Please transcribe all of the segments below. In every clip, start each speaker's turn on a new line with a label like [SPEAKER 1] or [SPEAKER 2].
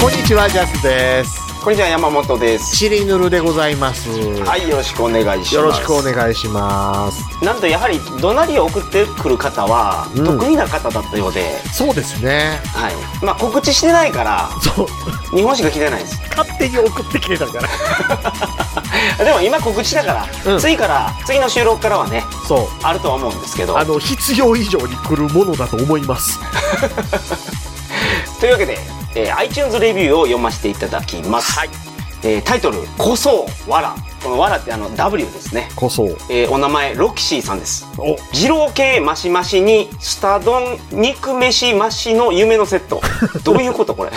[SPEAKER 1] こんにちはジャスです
[SPEAKER 2] こんにちは山本です。
[SPEAKER 1] シリヌルでございます、
[SPEAKER 2] はい、よろしくお願いします。
[SPEAKER 1] よろしくお願いします
[SPEAKER 2] なんとやはり怒鳴りを送ってくる方は、
[SPEAKER 1] うん
[SPEAKER 2] 得意な方だったようで、
[SPEAKER 1] そうですね
[SPEAKER 2] はい。まあ告知してないから、
[SPEAKER 1] そう
[SPEAKER 2] 日本しか来てないです。
[SPEAKER 1] 勝手に送ってきてたから
[SPEAKER 2] でも今告知だから、
[SPEAKER 1] うん
[SPEAKER 2] 次から、次の収録からはね、
[SPEAKER 1] そう
[SPEAKER 2] あるとは思うんですけど。
[SPEAKER 1] あの必要以上に来るものだと思います
[SPEAKER 2] というわけで、えー iTunes レビューを読ませていただきます。はい。えータイトル、こそわら。このわらってあの W ですね。
[SPEAKER 1] こそ
[SPEAKER 2] えーお名前、ロキシーさんです。
[SPEAKER 1] お
[SPEAKER 2] 二郎系マシマシにスタ丼肉飯マシの夢のセッ トどういうことこれ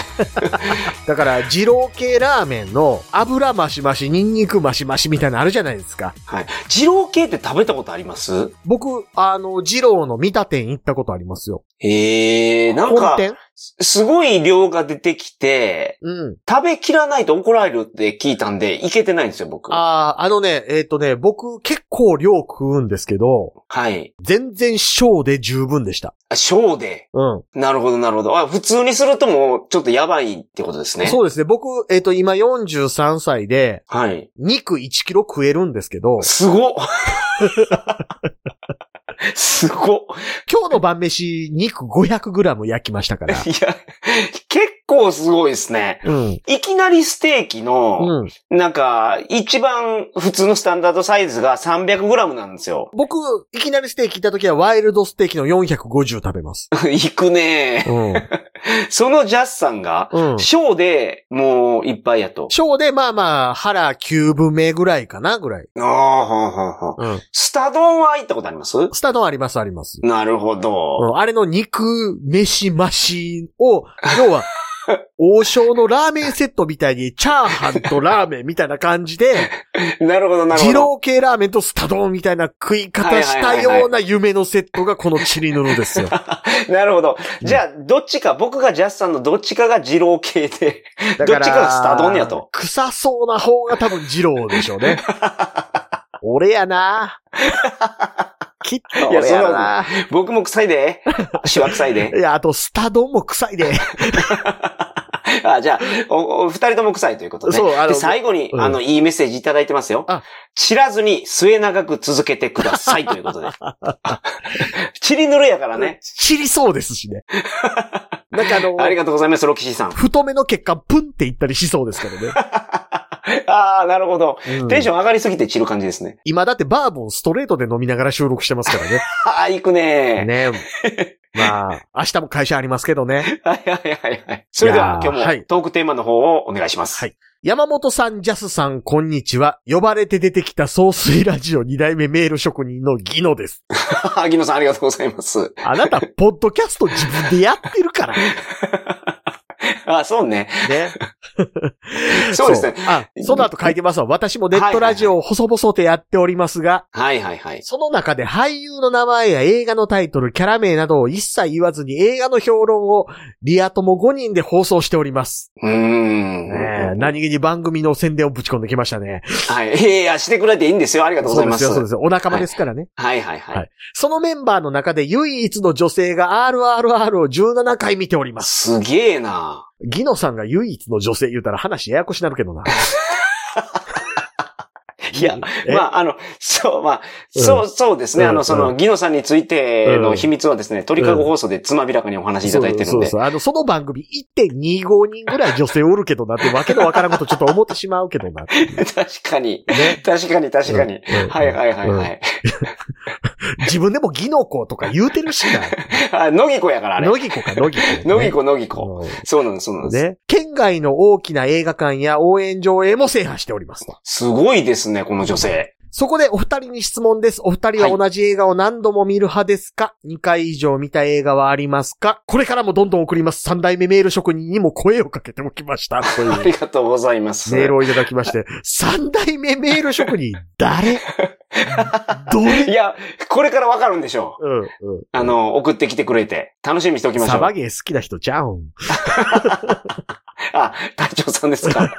[SPEAKER 1] だから二郎系ラーメンの油増し増しニンニク増し増しみたいなのあるじゃないですか
[SPEAKER 2] はい二郎系って食べたことあります
[SPEAKER 1] 僕あの二郎の三田店行ったことありますよ
[SPEAKER 2] えー、なん
[SPEAKER 1] 本
[SPEAKER 2] か
[SPEAKER 1] 店
[SPEAKER 2] すすごい量が出てきて
[SPEAKER 1] うん
[SPEAKER 2] 食べきらないと怒られるって聞いたんでいけてないんですよ僕は
[SPEAKER 1] ああ、あのね、えっ、とね、僕結構量食うんですけど、
[SPEAKER 2] い
[SPEAKER 1] 全然小で十分でした。
[SPEAKER 2] あ小で
[SPEAKER 1] うん。
[SPEAKER 2] なるほどなるほどあ普通にするともうちょっとやばいってことですね
[SPEAKER 1] そうですね。僕、えっ、と、今43歳で、
[SPEAKER 2] はい
[SPEAKER 1] 肉1キロ食えるんですけ ど、
[SPEAKER 2] すごっすごっ
[SPEAKER 1] 今日の晩飯、肉500グラム焼きましたから。
[SPEAKER 2] いや、結構すごいですね。
[SPEAKER 1] うん。
[SPEAKER 2] いきなりステーキの、
[SPEAKER 1] うん。
[SPEAKER 2] なんか、一番普通のスタンダードサイズが 300g なんですよ。
[SPEAKER 1] 僕、いきなりステーキ行った時は、ワイルドステーキの450食べ ます。
[SPEAKER 2] いくね
[SPEAKER 1] うん。
[SPEAKER 2] そのジャスさんが、
[SPEAKER 1] うん。
[SPEAKER 2] 小でもういっぱいやと。
[SPEAKER 1] 小で、まあまあ、腹9分目ぐらいかな、ぐらい。
[SPEAKER 2] ああ、ほんほんほん。
[SPEAKER 1] うん。
[SPEAKER 2] スタ丼は行ったことあります
[SPEAKER 1] スタ丼あります、あります。
[SPEAKER 2] なるほど。
[SPEAKER 1] うんあれの肉、飯、増しを、要は、王将のラーメンセットみたいに、チャーハンとラーメンみたいな感じで、
[SPEAKER 2] なるほど、なるほ
[SPEAKER 1] 二
[SPEAKER 2] ど。
[SPEAKER 1] 郎系ラーメンとスタ丼みたいな食い方したような夢のセットがこのチリヌルですよ。
[SPEAKER 2] なるほど。じゃあ、どっちか、僕がジャスさんのどっちかが二郎系で、
[SPEAKER 1] だ
[SPEAKER 2] どっちかがスタ丼やと。
[SPEAKER 1] 臭そうな方が多分二郎でしょう ね。俺やなきっと俺やろな。
[SPEAKER 2] 僕も臭いで。足は臭いで
[SPEAKER 1] い。や、あと、スタ丼も臭いで。
[SPEAKER 2] あ、じゃあ、お、お二人とも臭いということね。
[SPEAKER 1] そうあの
[SPEAKER 2] で、最後に、
[SPEAKER 1] うん
[SPEAKER 2] あの、いいメッセージいただいてますよ
[SPEAKER 1] あ。
[SPEAKER 2] 散らずに末長く続けてくださいという ことで。チリぬるやからね。
[SPEAKER 1] 知りそうですしね。なんかあの、
[SPEAKER 2] ありがとうございます、ロキシーさん。
[SPEAKER 1] 太めの血管プンっていったりしそうですけど ね。
[SPEAKER 2] あー、なるほど。テンシ
[SPEAKER 1] ョン
[SPEAKER 2] ョン上がりすぎて散る感じですね。
[SPEAKER 1] 今だってバーボンストレートで飲みながら収録してますからね。
[SPEAKER 2] あー、行く ね
[SPEAKER 1] ねまあ、明日も会社ありますけどね。
[SPEAKER 2] はいはいはいはい。それでは、
[SPEAKER 1] いやー
[SPEAKER 2] 今日も
[SPEAKER 1] はい
[SPEAKER 2] トークテーマの方をお願いします。
[SPEAKER 1] はい 山本さん、ジャスさん、こんにちは。呼ばれて出てきた総水ラジオ2代目メール職人のギノです。
[SPEAKER 2] はギノさんありがとうございます。
[SPEAKER 1] あなた、ポッドキャスト自分でやってるから。
[SPEAKER 2] あ、そうね。
[SPEAKER 1] ね。
[SPEAKER 2] そうですね。
[SPEAKER 1] あ、その後書いてますわ。私もネットラジオを細々とやっておりますが、
[SPEAKER 2] はいはいはい。
[SPEAKER 1] その中で俳優の名前や映画のタイトル、キャラ名などを一切言わずに映画の評論をリア友5人で放送しております。
[SPEAKER 2] うーん。
[SPEAKER 1] ねえ何気に番組の宣伝をぶち込んできましたね。
[SPEAKER 2] はい。いやいや、してくれていいんですよ。ありがとうござい
[SPEAKER 1] で
[SPEAKER 2] ますす。
[SPEAKER 1] よ、そうですよ。お仲間ですからね。
[SPEAKER 2] はいはいはい。
[SPEAKER 1] はいそのメンバーの中で唯一の女性が RRR を17回見ております。
[SPEAKER 2] すげえな
[SPEAKER 1] ギノさんが唯一の女性言うたら話ややこしなるけどな。
[SPEAKER 2] いや、
[SPEAKER 1] え
[SPEAKER 2] まあ、あの、そう、まあ、
[SPEAKER 1] うん
[SPEAKER 2] そう、そうですね。
[SPEAKER 1] うん
[SPEAKER 2] あの、そうの、
[SPEAKER 1] ん
[SPEAKER 2] ギノさんについて
[SPEAKER 1] う
[SPEAKER 2] の
[SPEAKER 1] ん
[SPEAKER 2] 秘密はですね、鳥かご放送でつまびらかにお話しいただいてる
[SPEAKER 1] そ
[SPEAKER 2] ん
[SPEAKER 1] う
[SPEAKER 2] で
[SPEAKER 1] そ。う。あの、その番組1.25人ぐらい女性おるけどなってわけのわからんことちょっと思ってしまうけどな。
[SPEAKER 2] 確かに。
[SPEAKER 1] ね。
[SPEAKER 2] 確かに、確かに。
[SPEAKER 1] うん
[SPEAKER 2] はいはいはいは
[SPEAKER 1] う
[SPEAKER 2] い。
[SPEAKER 1] 自分でもギノコとか言うてるしな。
[SPEAKER 2] あ、乃木子 やから、あれ。
[SPEAKER 1] ノギコか、ノギコ。
[SPEAKER 2] 乃木子、乃木子。
[SPEAKER 1] コ。
[SPEAKER 2] そうなんです、そうなんです。
[SPEAKER 1] ね。県外の大きな映画館や応援上映も制覇しております。
[SPEAKER 2] すごいですね、この女性。
[SPEAKER 1] そこでお二人に質問です。お二人は同じ映画を何度も見る派ですか、二 ?2 回以上見た映画はありますかこれからもどんどん送ります。三代目メール職人にも声をかけておきました。という
[SPEAKER 2] ありがとうございます。
[SPEAKER 1] メールをいただきまして、三代目メール職人、誰 ど
[SPEAKER 2] い
[SPEAKER 1] れ
[SPEAKER 2] や、これからわかるんでしょう。
[SPEAKER 1] うん、
[SPEAKER 2] あの、送ってきてくれて、楽しみにしておき
[SPEAKER 1] うん。
[SPEAKER 2] ましょ
[SPEAKER 1] サ
[SPEAKER 2] う。
[SPEAKER 1] バゲー好きな人じゃうん。
[SPEAKER 2] あ、隊長さんで すか。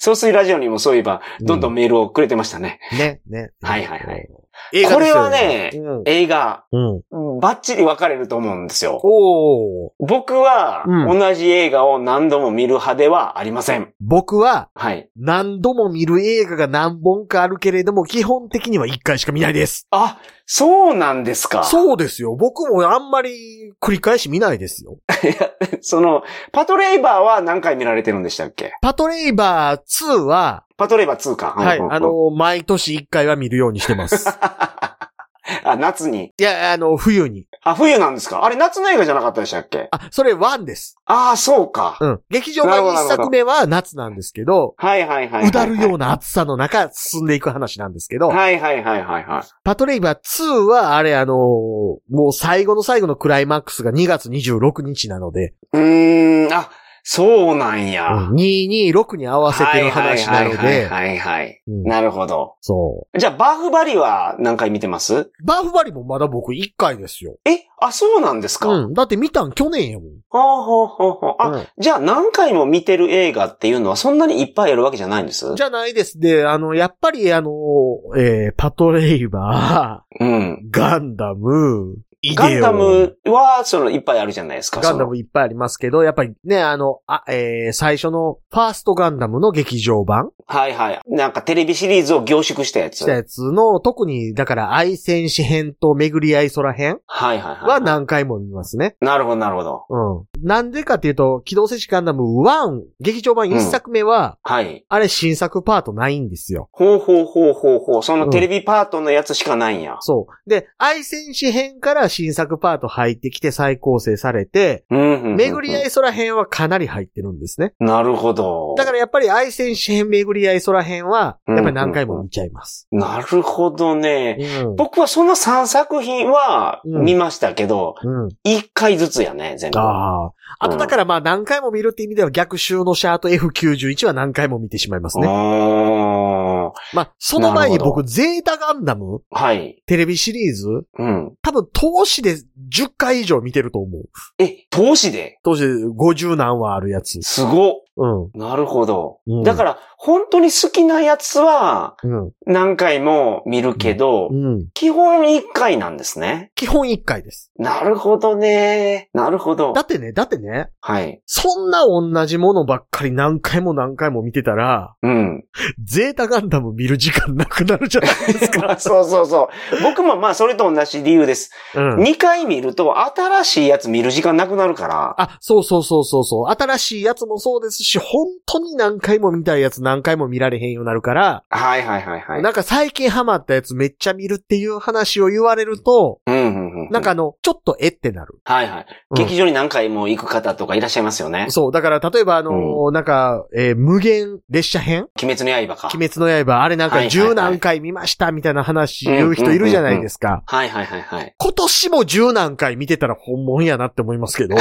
[SPEAKER 2] 総水ラジオにもそういえば、どんどんメールをくれてましたね。
[SPEAKER 1] ね、ね。
[SPEAKER 2] はいはいはい。
[SPEAKER 1] 映画
[SPEAKER 2] こ
[SPEAKER 1] で
[SPEAKER 2] れ
[SPEAKER 1] すよ
[SPEAKER 2] は、ね、
[SPEAKER 1] うん
[SPEAKER 2] 映画、
[SPEAKER 1] うん。
[SPEAKER 2] バッチリ分かれると思うんですよ。
[SPEAKER 1] おー。
[SPEAKER 2] 僕は、
[SPEAKER 1] うん
[SPEAKER 2] 同じ映画を何度も見る派ではありません。
[SPEAKER 1] 僕は
[SPEAKER 2] はい。
[SPEAKER 1] 何度も見る映画が何本かあるけれども、基本的には1回しか見ないです。
[SPEAKER 2] あ、そうなんですか。
[SPEAKER 1] そうですよ。僕もあんまり繰り返し見ないですよ。
[SPEAKER 2] その、パトレイバーは何回見られてるんでしたっけ
[SPEAKER 1] パトレイバー2は、
[SPEAKER 2] パトレイバー2か。
[SPEAKER 1] はい、
[SPEAKER 2] うんうんうん
[SPEAKER 1] あ、の、毎年1回は見るようにしてます。
[SPEAKER 2] あ、夏に。
[SPEAKER 1] いや、あの、冬に。
[SPEAKER 2] あ、冬なんですかあれ夏の映画じゃなかったでしたっけ
[SPEAKER 1] あ、それ1です。
[SPEAKER 2] ああ、そうか。
[SPEAKER 1] うん。劇場版1作目は夏なんですけど、
[SPEAKER 2] はいはいはいはい。
[SPEAKER 1] うだるような暑さの中進んでいく話なんですけど、
[SPEAKER 2] はいはいはいはいはい。
[SPEAKER 1] パトレイバー2はあれあのーもう最後の最後のクライマックスが2月26日なので、
[SPEAKER 2] うーん、あ、そうなんや。
[SPEAKER 1] うん226に合わせてる話なの
[SPEAKER 2] は
[SPEAKER 1] で、
[SPEAKER 2] いはいはいはいはい。
[SPEAKER 1] うん
[SPEAKER 2] なるほど。
[SPEAKER 1] そ
[SPEAKER 2] じゃあ、バーフバリは何回見てます
[SPEAKER 1] う。バーフバリもまだ僕1回ですよ。
[SPEAKER 2] え、あ、そうなんですか、
[SPEAKER 1] うん。だって見たん去年やもん。
[SPEAKER 2] ほうほうほうほう。あ、
[SPEAKER 1] うん
[SPEAKER 2] じゃあ何回も見てる映画っていうのはそんなにいっぱいあるわけじゃないんです
[SPEAKER 1] じゃないです。で、あの、やっぱりあのーえーパトレイバー、
[SPEAKER 2] うん。
[SPEAKER 1] ガンダム、イデオ
[SPEAKER 2] ガンダムは、その、いっぱいあるじゃないですか。
[SPEAKER 1] ガンダムいっぱいありますけど、やっぱりね、あの、あ、えー最初のファーストガンダムの劇場版
[SPEAKER 2] そのはいはい。なんかテレビシリーズを凝縮したやつ。
[SPEAKER 1] した
[SPEAKER 2] はい
[SPEAKER 1] やつの、特に、だから愛戦士編と巡り合い空編
[SPEAKER 2] はいはい。
[SPEAKER 1] は何回も見ますね。
[SPEAKER 2] なるほどなるほど。
[SPEAKER 1] うん。なんでかっていうと、機動戦士ガンダム1、劇場版1作目は、
[SPEAKER 2] はい。
[SPEAKER 1] あれ新作パートないんですよ。
[SPEAKER 2] ほうほうほうほうほう。そうの
[SPEAKER 1] ん
[SPEAKER 2] テレビパートのやつしかないんや。
[SPEAKER 1] そう。で、愛戦士編から新作パート入ってきて再構成されて、
[SPEAKER 2] うんうんうんうん。
[SPEAKER 1] 巡り合い空編はかなり入ってるんですね。
[SPEAKER 2] なるほど。
[SPEAKER 1] だからやっぱり愛戦士編、巡り合い空編は、やっぱり何回も見ちゃいます。
[SPEAKER 2] なるほどね。
[SPEAKER 1] うん。
[SPEAKER 2] 僕はその3作品は
[SPEAKER 1] うん
[SPEAKER 2] 見ましたけど、
[SPEAKER 1] うん。
[SPEAKER 2] 1回ずつやね、全部。
[SPEAKER 1] ああ。あ
[SPEAKER 2] う
[SPEAKER 1] と
[SPEAKER 2] ん
[SPEAKER 1] だからまあ何回も見るって意味では逆襲のシャーと F91 は何回も見てしまいます
[SPEAKER 2] う
[SPEAKER 1] ね。
[SPEAKER 2] ーん
[SPEAKER 1] まあその前に
[SPEAKER 2] なるほど
[SPEAKER 1] 僕ゼータガンダム
[SPEAKER 2] はい。
[SPEAKER 1] テレビシリーズ
[SPEAKER 2] うん。
[SPEAKER 1] 多分投資で10回以上見てると思う。
[SPEAKER 2] え、投資で
[SPEAKER 1] 投資で50何話あるやつ。
[SPEAKER 2] すごっ。
[SPEAKER 1] うん。
[SPEAKER 2] なるほど。
[SPEAKER 1] うん
[SPEAKER 2] だから、本当に好きなやつは
[SPEAKER 1] うん。
[SPEAKER 2] 何回も見るけど、
[SPEAKER 1] うん。
[SPEAKER 2] 基本1回なんですね。
[SPEAKER 1] 基本1回です。
[SPEAKER 2] なるほどね。なるほど
[SPEAKER 1] だ。ってね、だってね、
[SPEAKER 2] はい。
[SPEAKER 1] そんな同じものばっかり何回も何回も見てたら、
[SPEAKER 2] うん。
[SPEAKER 1] ゼータガンダム見る時間なくなるじゃ ないですか。
[SPEAKER 2] まあそうそうそう。僕もまあそれと同じ理由です。
[SPEAKER 1] うん。
[SPEAKER 2] 2回見ると新しいやつ見る時間なくなるから。
[SPEAKER 1] あ、そうそうそうそうそう。新しいやつもそうですし、本当に何回も見たいやつ何回も見られへんようになるから、
[SPEAKER 2] はいはいはいはい。
[SPEAKER 1] なんか最近ハマったやつめっちゃ見るっていう話を言われると、
[SPEAKER 2] うんうんうん。
[SPEAKER 1] なんか、あの、ちょっとえってなる。
[SPEAKER 2] はいはい。
[SPEAKER 1] うん
[SPEAKER 2] 劇場に何回も行く方とかいらっしゃいますよね。
[SPEAKER 1] そう。だから、例えばあのー、なんか、えー無限列車編
[SPEAKER 2] 鬼滅の刃か。
[SPEAKER 1] 鬼滅の刃、あれなんか
[SPEAKER 2] はいはいはい
[SPEAKER 1] 十何回見ましたみたいな話言う人いるじゃないですか。
[SPEAKER 2] はいはいはいはい。
[SPEAKER 1] 今年も十何回見てたら本物やなって思いますけ ど。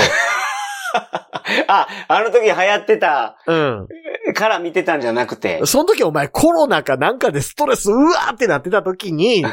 [SPEAKER 2] あ、あの時流行ってた
[SPEAKER 1] うん。
[SPEAKER 2] から見てたんじゃなくて。
[SPEAKER 1] その時お前コロナかなんかでストレスうわーってなってた時 に、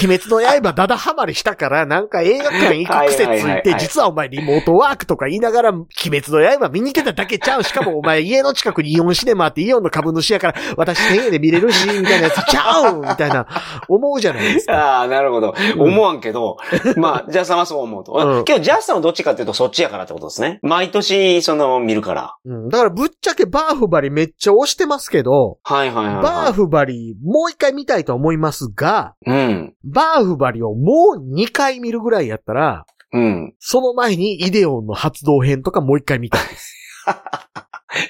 [SPEAKER 1] 鬼滅の刃ダダハマりしたから、なんか映画館行く癖つ
[SPEAKER 2] はいはいはいい
[SPEAKER 1] て、
[SPEAKER 2] はい
[SPEAKER 1] 実はお前リモートワークとか言いながら、鬼滅の刃見に行ってただけちゃう。しかもお前家の近くにイオンシネマってイオンの株主やから、私1000円で見れるし、みたいなやつちゃうみたいな、思うじゃないですか。
[SPEAKER 2] ああ、なるほど。
[SPEAKER 1] うん
[SPEAKER 2] 思わん けど、まあ、ジャスさんはそう思うと。
[SPEAKER 1] うん
[SPEAKER 2] けど、ジャスさんはどっちかっていうとそっちやからってことですね。毎年、その、見るから。
[SPEAKER 1] うん。だからぶっちゃけバーフバリめっちゃ押してますけど、
[SPEAKER 2] はいはいはい、はい。
[SPEAKER 1] バーフバリもう一回見たいと思いますが、
[SPEAKER 2] うん。
[SPEAKER 1] バーフバリをもう2回見るぐらいやったら、
[SPEAKER 2] うん。
[SPEAKER 1] その前にイデオンの発動編とかもう一回見たい。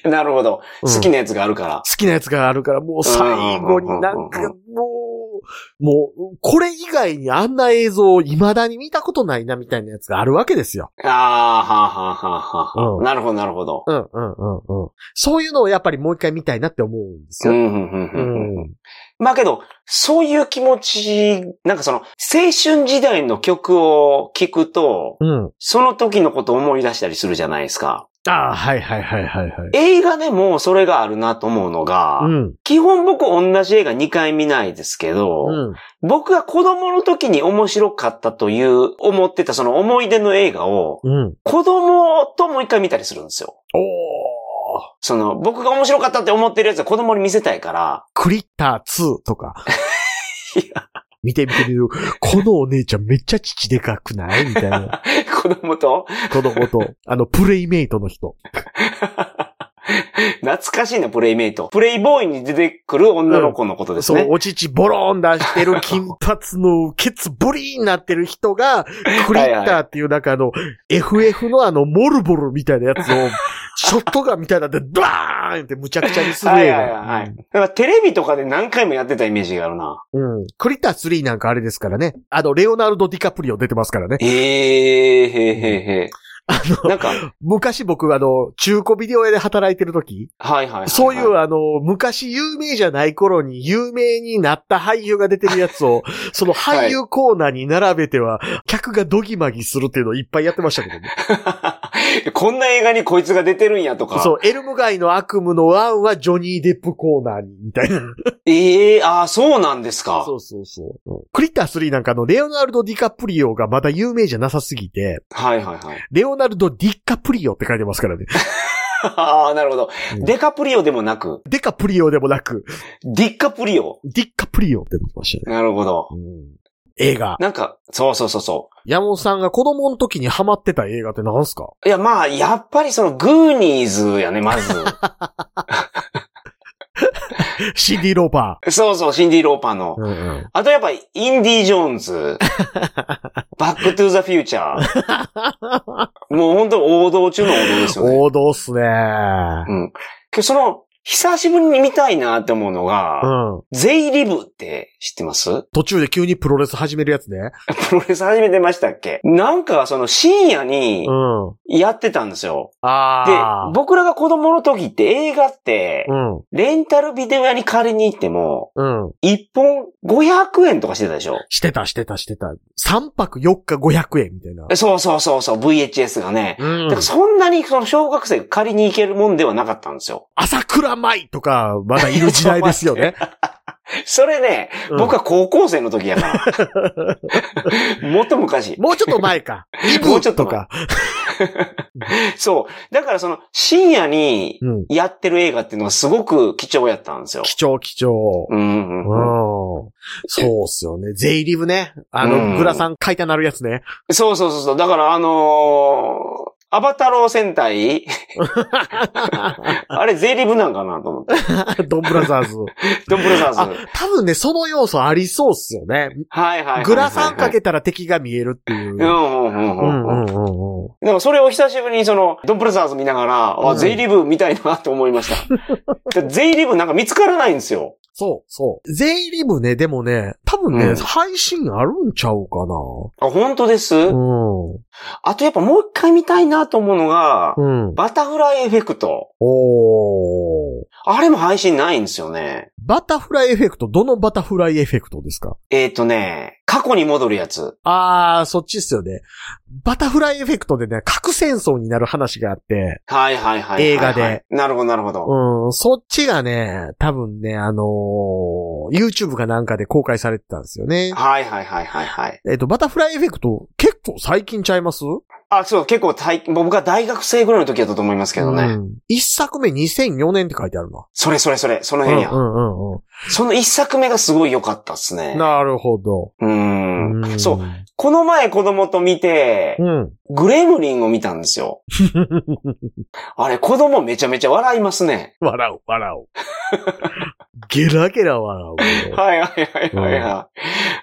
[SPEAKER 2] なるほど。
[SPEAKER 1] うん
[SPEAKER 2] 好きなやつがあるから。
[SPEAKER 1] 好きなやつがあるから、もう最後になんか
[SPEAKER 2] うんうんうん
[SPEAKER 1] もう、もう、これ以外にあんな映像を未だに見たことないなみたいなやつがあるわけですよ。
[SPEAKER 2] ああ、はあはあはあはあ、
[SPEAKER 1] うん
[SPEAKER 2] なるほど、なるほど。
[SPEAKER 1] うんうんうんうん。そういうのをやっぱりもう一回見たいなって思うんです
[SPEAKER 2] うん
[SPEAKER 1] よ。
[SPEAKER 2] うんうん
[SPEAKER 1] う
[SPEAKER 2] うんうん
[SPEAKER 1] ん。
[SPEAKER 2] まあけど、そういう気持ち、なんかその、青春時代の曲を聴くと、
[SPEAKER 1] うん。
[SPEAKER 2] その時のことを思い出したりするじゃないですか。
[SPEAKER 1] ああ、はいはいはいはいはい。
[SPEAKER 2] 映画でもそれがあるなと思うのが、
[SPEAKER 1] うん。
[SPEAKER 2] 基本僕同じ映画2回見ないですけど、
[SPEAKER 1] うん。
[SPEAKER 2] 僕が子供の時に面白かったという思ってたその思い出の映画を、
[SPEAKER 1] うん。
[SPEAKER 2] 子供ともう一回見たりするんですよ。
[SPEAKER 1] おー。
[SPEAKER 2] その、僕が面白かったって思ってるやつは子供に見せたいから、
[SPEAKER 1] クリッター2とか。
[SPEAKER 2] いや
[SPEAKER 1] 見て見て見て、このお姉ちゃんめっちゃ父でかくないみたいな。
[SPEAKER 2] 子供と
[SPEAKER 1] 子供と、あの、プレイメイトの人。
[SPEAKER 2] 懐かしいな、プレイメイト。プレイボーイに出てくる女の子のことです
[SPEAKER 1] そ
[SPEAKER 2] ね。
[SPEAKER 1] う、お乳ボローン出してる金髪のケツボリーになってる人が、クリッターっていうなんかあの、FF のあの、モルボルみたいなやつ を、ショットガンみたいなんで、ドバーンってむちゃくちゃにする
[SPEAKER 2] はい
[SPEAKER 1] 映
[SPEAKER 2] はいはい
[SPEAKER 1] 画
[SPEAKER 2] はい。。だからテレビとかで何回もやってたイメージがあるな。
[SPEAKER 1] うん。クリッター3なんかあれですからね。あの、レオナルド・ディカプリオ出てますからね。
[SPEAKER 2] ええへーへーへー。なんか、はい
[SPEAKER 1] 昔僕あの、中古ビデオ屋で働いてる時、
[SPEAKER 2] はいはいはい。
[SPEAKER 1] そういうあの、昔有名じゃない頃に有名になった俳優が出てるやつ を、その俳優コーナーに並べては、客がドギマギするっていうのをいっぱいやってましたけどね。
[SPEAKER 2] こんな映画にこいつが出てるんやとか。
[SPEAKER 1] そう、エルム街の悪夢のワンはジョニー・デップコーナーに、みたいな。
[SPEAKER 2] ええああ、そうなんですか。
[SPEAKER 1] そうそうそう。クリッター3なんかあの、レオナルド・ディカプリオがまだ有名じゃなさすぎて、
[SPEAKER 2] はいはいはい。
[SPEAKER 1] レオナルド・ディカプリオって書いてますからね。
[SPEAKER 2] ああ、なるほど
[SPEAKER 1] う。ん
[SPEAKER 2] デカプリオでもなく、
[SPEAKER 1] デカプリオでもなく、
[SPEAKER 2] ディッカプリオ。
[SPEAKER 1] ディカプリオって言ってましたね。
[SPEAKER 2] なるほど。
[SPEAKER 1] うん映画。
[SPEAKER 2] なんか、そうそうそうそ
[SPEAKER 1] 山本さんが子供の時にハマってた映画って何すか
[SPEAKER 2] う。いや、まあ、やっぱりその、グーニーズやね、ま ず。
[SPEAKER 1] シンディ・ローパ
[SPEAKER 2] そうそう、シンディ・ローパーの
[SPEAKER 1] ー。。うん
[SPEAKER 2] あとやっぱ、インディ・ジョー ンズ。バック・トゥ・ザ・フューチャー。もう本当王道中の王道ですよね。
[SPEAKER 1] 王道っすね。う
[SPEAKER 2] うん。けどその、久しぶりに見たいなって思うのが、
[SPEAKER 1] ん。
[SPEAKER 2] ゼイリブって知ってます
[SPEAKER 1] 途中で急にプロレス始めるやつね。
[SPEAKER 2] プロレス始めてましたっけなんか、その深夜に
[SPEAKER 1] うん。
[SPEAKER 2] やってたんですよ。で
[SPEAKER 1] あ、
[SPEAKER 2] 僕らが子供の時って映画って
[SPEAKER 1] ー。う、ん。
[SPEAKER 2] レンタルビデオ屋に借りに行っても、
[SPEAKER 1] うん。
[SPEAKER 2] 1本500円とかしてたでしょ
[SPEAKER 1] してた、してた、してた。3泊4日500円みたいな。
[SPEAKER 2] そうそうそうそう、VHS がね。
[SPEAKER 1] う
[SPEAKER 2] だからそんなにその小学生が借りに行けるもんではなかったんですよ。
[SPEAKER 1] 朝倉舞とか、まだいる時代ですよね。
[SPEAKER 2] それね、
[SPEAKER 1] うん
[SPEAKER 2] 僕は高校生の時 やから。もっと昔。
[SPEAKER 1] もうちょっと前か。イ
[SPEAKER 2] もうちょ
[SPEAKER 1] ブ
[SPEAKER 2] っ
[SPEAKER 1] と
[SPEAKER 2] と前
[SPEAKER 1] か。
[SPEAKER 2] そう。だからその深夜に
[SPEAKER 1] うん。
[SPEAKER 2] やってる映画っていうのはすごく貴重やったんですよ。
[SPEAKER 1] 貴重、貴重。
[SPEAKER 2] うんうんうん
[SPEAKER 1] うん。そうっすよね。ゼイリブね。あ
[SPEAKER 2] うん
[SPEAKER 1] の、グラさん書いたなるやつ ね。
[SPEAKER 2] そうそうそうそう。だからあのーアバタロー戦隊あれ、ゼリブなんかなと思って。
[SPEAKER 1] ドンブラザーズ。
[SPEAKER 2] ドンブラザー
[SPEAKER 1] あ
[SPEAKER 2] ズ。はい、
[SPEAKER 1] 多分ね、その要素ありそうっすよね。
[SPEAKER 2] はいはいはいはい。
[SPEAKER 1] グラサンかけたら敵が見えるっていう。
[SPEAKER 2] うんう
[SPEAKER 1] う
[SPEAKER 2] んうんう
[SPEAKER 1] んう
[SPEAKER 2] んう。
[SPEAKER 1] んんうんうん。
[SPEAKER 2] でもそれを久しぶりにその、ドンブラザーズ見ながら、あ、
[SPEAKER 1] うん
[SPEAKER 2] ゼイリブ見たいなと思い ました。でゼイリブなんか見つからないんですよ。
[SPEAKER 1] そう、そう。ゼイリブね、でもね、多分ね、
[SPEAKER 2] うん
[SPEAKER 1] 配信あるんちゃうか
[SPEAKER 2] あ、本当で
[SPEAKER 1] な。
[SPEAKER 2] す。
[SPEAKER 1] う
[SPEAKER 2] あとやっぱもう一回見たいなと思うのが、
[SPEAKER 1] ん。うん。
[SPEAKER 2] バタフライエフェクト。
[SPEAKER 1] おー。
[SPEAKER 2] あれも配信ないんですよね。
[SPEAKER 1] バタフライエフェクト、どのバタフライエフェクトですか
[SPEAKER 2] えっ、とね、過去に戻るやつ。
[SPEAKER 1] あー、そっちっすよね。バタフライエフェクトでね、核戦争になる話があって、
[SPEAKER 2] はいはいはいはいはい。
[SPEAKER 1] 映画で。
[SPEAKER 2] なるほどなるほど。
[SPEAKER 1] うん、そっちがね、多分ね、あのー YouTube かなんかで公開されてたんですよね。
[SPEAKER 2] はいはいはいはいはい。
[SPEAKER 1] えっ、と、バタフライエフェクト、結構最近ちゃいます
[SPEAKER 2] あ、そう、結構大、僕が大学生ぐらいの時だったと思いますけどね。
[SPEAKER 1] うん一作目2004年って書いてあるな。
[SPEAKER 2] それそれそれ、その
[SPEAKER 1] うん
[SPEAKER 2] 辺
[SPEAKER 1] う
[SPEAKER 2] や。
[SPEAKER 1] んうんう
[SPEAKER 2] その一作目がすごい良かったっすね。
[SPEAKER 1] ん。なるほど。う
[SPEAKER 2] う。
[SPEAKER 1] んん
[SPEAKER 2] そう。この前子供と見て
[SPEAKER 1] う、ん。
[SPEAKER 2] グレムリンを見たんです よ。あれ、子供めちゃめちゃ笑いますね。
[SPEAKER 1] 笑う、笑 う。ゲラゲラ笑う。
[SPEAKER 2] はいはいはいはいはい。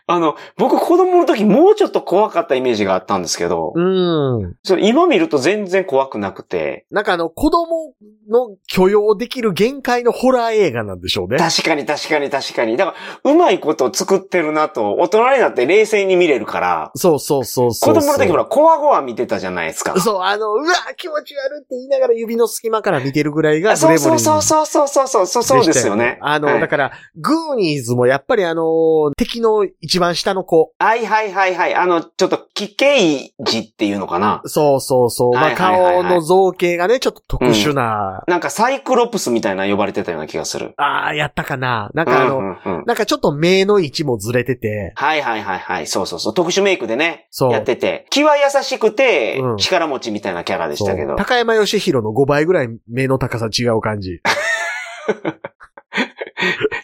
[SPEAKER 2] あの、僕子供の時もうちょっと怖かったイメージがあったんですけど、
[SPEAKER 1] うん。
[SPEAKER 2] そう今見ると全然怖くなくて、
[SPEAKER 1] なんかあの、子供の許容できる限界のホラー映画なんでしょうね。
[SPEAKER 2] 確かに確かに確かに。だから、うまいこと作ってるなと、大人になって冷静に見れるから、
[SPEAKER 1] そうそうそうそ
[SPEAKER 2] 子
[SPEAKER 1] うそう。
[SPEAKER 2] 供の時ほら、コワコワ見てたじゃないですか。
[SPEAKER 1] そう、あの、うわ、気持ち悪いって言いながら指の隙間から見てるぐらいが
[SPEAKER 2] あ
[SPEAKER 1] グレ
[SPEAKER 2] そ
[SPEAKER 1] ム
[SPEAKER 2] う
[SPEAKER 1] リン。
[SPEAKER 2] そうそうそうそうそうそうそうそうですよね。
[SPEAKER 1] あの、
[SPEAKER 2] はい
[SPEAKER 1] だから、グーニーズもやっぱりあのー、敵の一番下の子。
[SPEAKER 2] はいはいはいはい。あの、ちょっと、奇形児っていうのかな。
[SPEAKER 1] そうそうそう。ま
[SPEAKER 2] は
[SPEAKER 1] あ、
[SPEAKER 2] いはいはいは
[SPEAKER 1] 顔
[SPEAKER 2] い
[SPEAKER 1] の造形がね、ちょっと特殊な、
[SPEAKER 2] なんかサイクロプスみたいな呼ばれてたような気がする。
[SPEAKER 1] ああ、やったかな。なん
[SPEAKER 2] う
[SPEAKER 1] かあの、
[SPEAKER 2] んうんうん
[SPEAKER 1] なんかちょっと目の位置もずれてて、
[SPEAKER 2] はいはいはいはい。そうそうそう。特殊メイクでね。
[SPEAKER 1] そう
[SPEAKER 2] やってて。気は優しくて、
[SPEAKER 1] うん
[SPEAKER 2] 力持ちみたいなキャラでしたけ
[SPEAKER 1] そう
[SPEAKER 2] ど。
[SPEAKER 1] 高山義弘の5倍ぐらい 目の高さ違う感じ。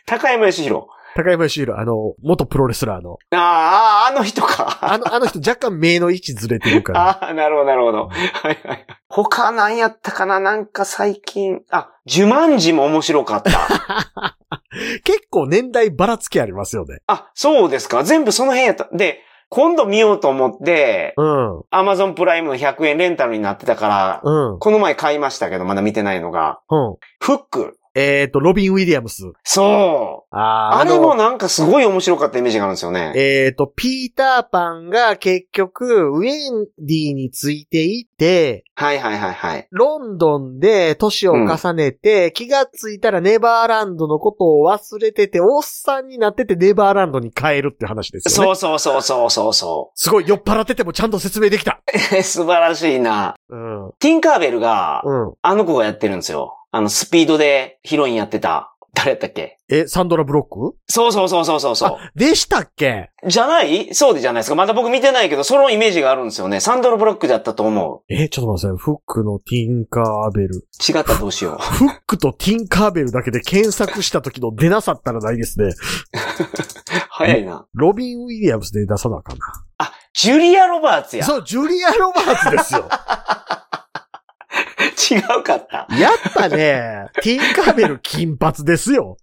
[SPEAKER 2] 高山義弘。
[SPEAKER 1] 高山義弘、あの、元プロレスラーの。
[SPEAKER 2] あーあー、あの人か。
[SPEAKER 1] あの、あの人若干目の位置ずれてるから。
[SPEAKER 2] ああ、なるほど、なるほど。はいはいはい。他何やったかななんか最近。あ、ジュマンジも面白か った。
[SPEAKER 1] 結構年代ばらつきありますよね。
[SPEAKER 2] あ、そうですか。全部その辺やった。で、今度見ようと思って、
[SPEAKER 1] うん。う
[SPEAKER 2] Amazon プライムの100円レンタルになってたから、
[SPEAKER 1] ん。
[SPEAKER 2] この前買いましたけど、まだ見てないのが、
[SPEAKER 1] うん。
[SPEAKER 2] フック。
[SPEAKER 1] えっ、と、ロビン・ウィリアムス。
[SPEAKER 2] そう。
[SPEAKER 1] あ
[SPEAKER 2] あ
[SPEAKER 1] ー
[SPEAKER 2] れ
[SPEAKER 1] の
[SPEAKER 2] もなんかすごい面白かったイメージがあるんですよね。
[SPEAKER 1] えっ、と、ピーターパンが結局、ウェンディについていて、
[SPEAKER 2] はいはいはいはい。
[SPEAKER 1] ロンドンで年を重ねて、気がついたらネバーランドのことを忘れてて、おっさんになっててネバーランドに帰るって話ですよね。
[SPEAKER 2] そうそうそうそうそうそ
[SPEAKER 1] すごい酔っ払っててもちゃんと説明できた。
[SPEAKER 2] う。 素晴らしいな。
[SPEAKER 1] うん。うん。
[SPEAKER 2] ティンカーベルが、あの子がやってるんですよ。あの、スピードでヒロインやってた。誰やったっけ
[SPEAKER 1] え、サンドラブロック
[SPEAKER 2] そうそうそうそうそうそ
[SPEAKER 1] でしたっけ
[SPEAKER 2] う。じゃないそうでじゃないですか。まだ僕見てないけど、そのイメージがあるんですよね。サンドロブロックだったと思
[SPEAKER 1] え、ちょっと待ってください。フックのティンカーベル。
[SPEAKER 2] う。違ったらどうしよ う。
[SPEAKER 1] フックとティンカーベルだけで検索した時の出なさったらないですね。
[SPEAKER 2] 早いな。
[SPEAKER 1] ロビン・ウィリアムスで出さなあかんな。
[SPEAKER 2] あ、ジュリア・ロバーツや。
[SPEAKER 1] そう、ジュリア・ロバーツです よ。
[SPEAKER 2] 違うかった。
[SPEAKER 1] やっぱね、ティンカーベル金髪です よ。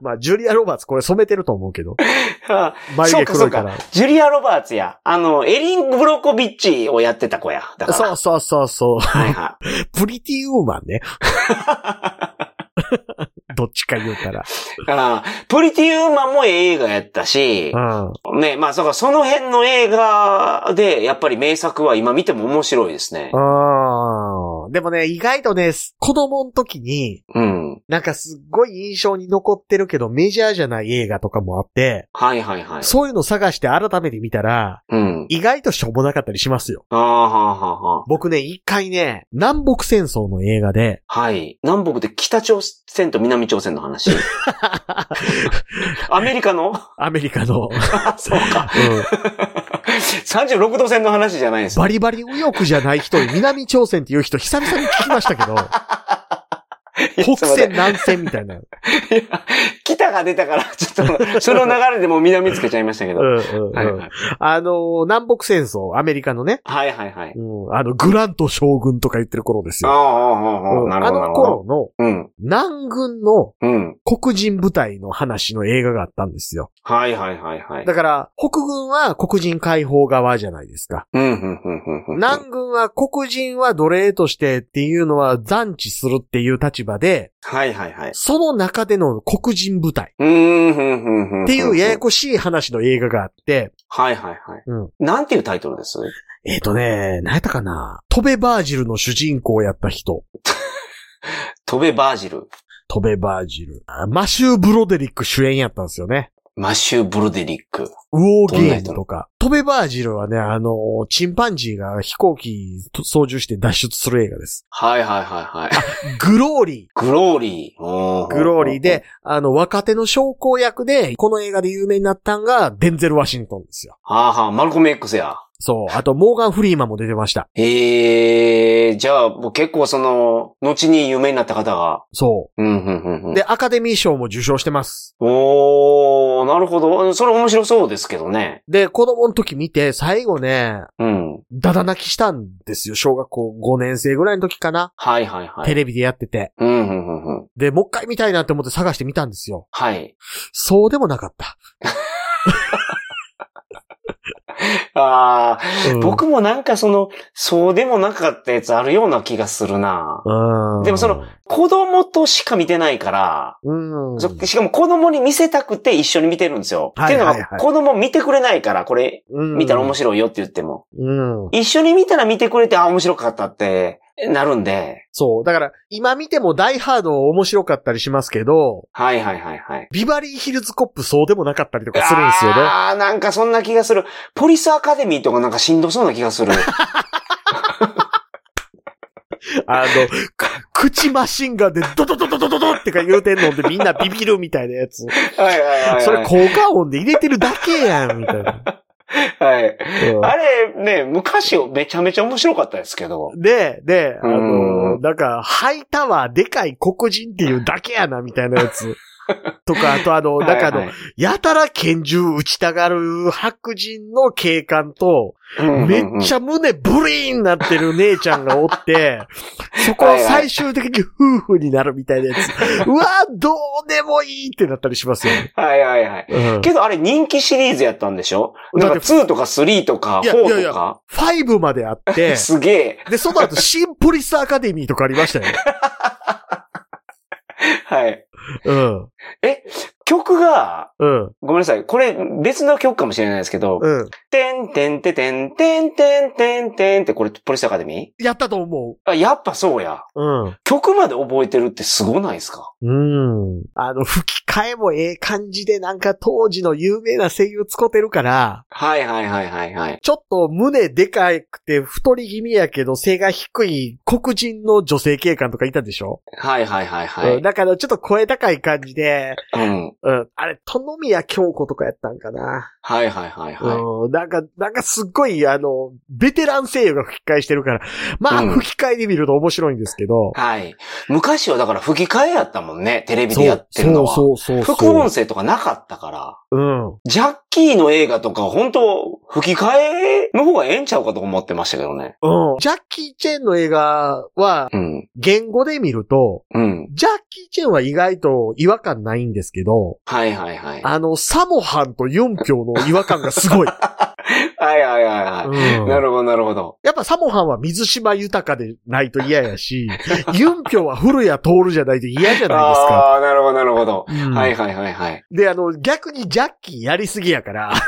[SPEAKER 1] まあ、ジュリア・ロバーツこれ染めてると思うけど。
[SPEAKER 2] あ
[SPEAKER 1] 眉毛黒いか
[SPEAKER 2] そう
[SPEAKER 1] ら。
[SPEAKER 2] ジュリア・ロバーツや。あの、エリン・ブロコビッチをやってた子や。だから。
[SPEAKER 1] そうそうそうそう。
[SPEAKER 2] はいは
[SPEAKER 1] プリティ・ウーマンね。 どっちか言うたら。
[SPEAKER 2] い。あープリティ・ウーマンもええ映画やったし、
[SPEAKER 1] うん。
[SPEAKER 2] ね、まあ、そうか、その辺の映画で、やっぱり名作は今見ても面白いですね。
[SPEAKER 1] あーでもね、意外とね、子供の時に、
[SPEAKER 2] うん。
[SPEAKER 1] なんかすっごい印象に残ってるけど、メジャーじゃない映画とかもあって、
[SPEAKER 2] はいはいはい。
[SPEAKER 1] そういうの探して改めて見たら、
[SPEAKER 2] うん。
[SPEAKER 1] 意外としょうもなかったりしますよ。
[SPEAKER 2] ああ、はあはあは
[SPEAKER 1] 僕ね、一回ね、南北戦争の映画で、
[SPEAKER 2] あ。はい。南北で北朝鮮と南朝鮮の 話。アメリカの
[SPEAKER 1] アメリカの、
[SPEAKER 2] あ そうか。
[SPEAKER 1] う
[SPEAKER 2] 36度線の話じゃないで
[SPEAKER 1] ん
[SPEAKER 2] す。
[SPEAKER 1] バリバリ右翼じゃない人に南朝鮮っていう人久々に聞きましたけ ど、北
[SPEAKER 2] いや
[SPEAKER 1] 線南線みたいな。
[SPEAKER 2] いや 北が出たから、ちょっと、その流れでもう南つけちゃいましたけ ど。
[SPEAKER 1] うんうんうん
[SPEAKER 2] はいはい
[SPEAKER 1] あのー、南北戦争、アメリカのね、
[SPEAKER 2] はいはいはい。
[SPEAKER 1] うん、あの、グラント将軍とか言ってる頃です
[SPEAKER 2] あ
[SPEAKER 1] よ。
[SPEAKER 2] あ、あ
[SPEAKER 1] う
[SPEAKER 2] あ、
[SPEAKER 1] ん
[SPEAKER 2] な
[SPEAKER 1] あ
[SPEAKER 2] るほど、なる
[SPEAKER 1] の
[SPEAKER 2] ほど。
[SPEAKER 1] 頃の
[SPEAKER 2] うん。
[SPEAKER 1] 南軍の
[SPEAKER 2] うん。
[SPEAKER 1] 黒人部隊の話の映画があったんですよ。
[SPEAKER 2] はいはいはいはい
[SPEAKER 1] だ。から、北軍は黒人解放側じゃないですか。
[SPEAKER 2] うん、うん、うん、うんうん。
[SPEAKER 1] 南軍は黒人は奴隷としてっていうのは残知するっていう立場で、
[SPEAKER 2] はいはいはい。
[SPEAKER 1] その中での黒人部隊
[SPEAKER 2] うーん、うん、うん、うん。
[SPEAKER 1] っていうやや
[SPEAKER 2] ん
[SPEAKER 1] こしい話の映画があって、
[SPEAKER 2] はいはいはい。
[SPEAKER 1] うん
[SPEAKER 2] なんていうタイトルです
[SPEAKER 1] えっ、とね、何やったかなトベバージルの主人公やった人。
[SPEAKER 2] トベ・バージル。
[SPEAKER 1] トベバージル。あマシュー・ブロデリック主演やったんですよね。
[SPEAKER 2] マシュー・ブロデリック。
[SPEAKER 1] ウォーゲームとか。トベバージルはね、あの、チンパンジーが飛行機操縦して脱出する映画です。
[SPEAKER 2] はいは いはいはい。
[SPEAKER 1] グローリー。
[SPEAKER 2] グローリーお。
[SPEAKER 1] グローリーで、あの、若手の将校役で、この映画で有名になったんが、デンゼル・ワシントンですよ。
[SPEAKER 2] はあはあ、マルコム X や。
[SPEAKER 1] そう。あと、モーガン・フリーマンも出てました。
[SPEAKER 2] ええー、じゃあ、もう結構その、後に有名になった方が。
[SPEAKER 1] そ
[SPEAKER 2] うん、うん、うんう
[SPEAKER 1] う。
[SPEAKER 2] ん。
[SPEAKER 1] で、アカデミー賞も受賞してます。
[SPEAKER 2] おー、なるほど。それ面白そうですけどね。
[SPEAKER 1] で、子供の時見て、最後ね、
[SPEAKER 2] うん。
[SPEAKER 1] ダダ泣きしたんですよ。小学校5年生ぐらいの時かな。
[SPEAKER 2] はいはいは
[SPEAKER 1] テ
[SPEAKER 2] い。
[SPEAKER 1] レビでやってて。
[SPEAKER 2] うん、うん、うん、うん。
[SPEAKER 1] で、もう一回見たいなって思って探してみたんですよ。
[SPEAKER 2] はい。
[SPEAKER 1] そうでもなかった。
[SPEAKER 2] ああ、
[SPEAKER 1] うん、
[SPEAKER 2] 僕もなんかその、そうでもなかったやつあるような気がするな。
[SPEAKER 1] うん。
[SPEAKER 2] でもその、子供としか見てないから、
[SPEAKER 1] うん。
[SPEAKER 2] そしかも子供に見せたくて一緒に見てるんですよ。
[SPEAKER 1] はいはいはい
[SPEAKER 2] っていうのが、子供見てくれないから、これ
[SPEAKER 1] うん
[SPEAKER 2] 見たら面白いよって言っても。
[SPEAKER 1] うん。
[SPEAKER 2] 一緒に見たら見てくれて、あ、面白かったってなるんで。
[SPEAKER 1] そう。だから、今見てもダイハード面白かったりしますけど、
[SPEAKER 2] はいはいはいはい。
[SPEAKER 1] ビバリーヒルズコップそうでもなかったりとかするんですよね。
[SPEAKER 2] ああ、なんかそんな気がする。ポリスアカデミーとかなんかしんどそうな気が する。
[SPEAKER 1] あの、く口マシンガンでドドドドドドドってか言うてんのでみんなビビるみたいなやつ。
[SPEAKER 2] はいはいはい、はい。
[SPEAKER 1] それ効果音で入れてるだけやん、みたい な。
[SPEAKER 2] はい。
[SPEAKER 1] うん
[SPEAKER 2] あれね、昔めちゃめちゃ面白かったですけど。
[SPEAKER 1] で、で、あ
[SPEAKER 2] う
[SPEAKER 1] の、
[SPEAKER 2] ん
[SPEAKER 1] なんか、ハイタワーでかい黒人っていうだけやな、みたいなやつ。とか、あとあの、なんかあ
[SPEAKER 2] はい
[SPEAKER 1] の
[SPEAKER 2] は、い
[SPEAKER 1] やたら拳銃撃ちたがる白人の警官と、めっち
[SPEAKER 2] ゃ、
[SPEAKER 1] ゃ胸ブリーンなってる姉ちゃんがおって、 そこを最終的に夫婦になるみたいなやつ。うわーどうでもいいってなったりしますよ。
[SPEAKER 2] はいはいはい。
[SPEAKER 1] うん
[SPEAKER 2] けどあれ人気シリーズやったんでしょ
[SPEAKER 1] だ
[SPEAKER 2] な
[SPEAKER 1] っ
[SPEAKER 2] ん
[SPEAKER 1] て
[SPEAKER 2] か2とか3とか
[SPEAKER 1] い
[SPEAKER 2] 4
[SPEAKER 1] や
[SPEAKER 2] と
[SPEAKER 1] い
[SPEAKER 2] か
[SPEAKER 1] やいや5まであって、
[SPEAKER 2] すげえ。
[SPEAKER 1] で、その後、シンポリスアカデミーとかありましたよ。
[SPEAKER 2] はい。
[SPEAKER 1] うん。
[SPEAKER 2] 曲が、
[SPEAKER 1] うん。
[SPEAKER 2] ごめんなさい。これ別の曲かもしれないですけど、
[SPEAKER 1] うん。
[SPEAKER 2] てんてんててんてんてんてんてんってこれポリスアカデミ
[SPEAKER 1] やったと思
[SPEAKER 2] ーあ、やっぱそうや。
[SPEAKER 1] う。うん。
[SPEAKER 2] 曲まで覚えてるってすごないですか
[SPEAKER 1] うん。あの、吹き替えもええ感じで、なんか当時の有名な声優使ってるから、
[SPEAKER 2] はいはいはいはいはい。
[SPEAKER 1] ちょっと胸でかくて太り気味やけど背が低い黒人の女性警官とかいたでしょ、
[SPEAKER 2] はいはいはいは
[SPEAKER 1] うん、だからちょっと声高い感じで、
[SPEAKER 2] い。うん。
[SPEAKER 1] うん、あれ、戸宮京子とかやったんかな、
[SPEAKER 2] はいはいはいは
[SPEAKER 1] うん。なんか、なんかすっごい、あの、ベテラン声優が吹き替えしてるから、まあ、
[SPEAKER 2] うん
[SPEAKER 1] 吹き替えで見ると面白いんですけど
[SPEAKER 2] い。、はい。昔はだから吹き替えやったもんね、テレビ
[SPEAKER 1] そ
[SPEAKER 2] でや
[SPEAKER 1] う
[SPEAKER 2] ってるのは。
[SPEAKER 1] そうそうそう
[SPEAKER 2] 副
[SPEAKER 1] そう。
[SPEAKER 2] 音声とかなかったから。
[SPEAKER 1] うん。
[SPEAKER 2] ジャッキーの映画とか本当吹き替えの方がええんちゃうかと思ってましたけどね。
[SPEAKER 1] うん。ジャッキー・チェンの映画は、
[SPEAKER 2] うん。
[SPEAKER 1] 言語で見ると、
[SPEAKER 2] うん。
[SPEAKER 1] ジャッキー・チェンは意外と違和感ないんですけど、
[SPEAKER 2] はいはいはい。
[SPEAKER 1] あの、サモハンとユンピョウの違和感がすごい。
[SPEAKER 2] はいはいはいはい。
[SPEAKER 1] うん
[SPEAKER 2] なるほどなるほど。
[SPEAKER 1] やっぱサモハンは水島豊かでないと嫌やし、 ユンピョウは古谷徹じゃないと嫌じゃないですか。
[SPEAKER 2] ああー、なるほどなるほど。
[SPEAKER 1] うん
[SPEAKER 2] はいはいはいはい。
[SPEAKER 1] で、あの、逆にジャッキーやりすぎやから、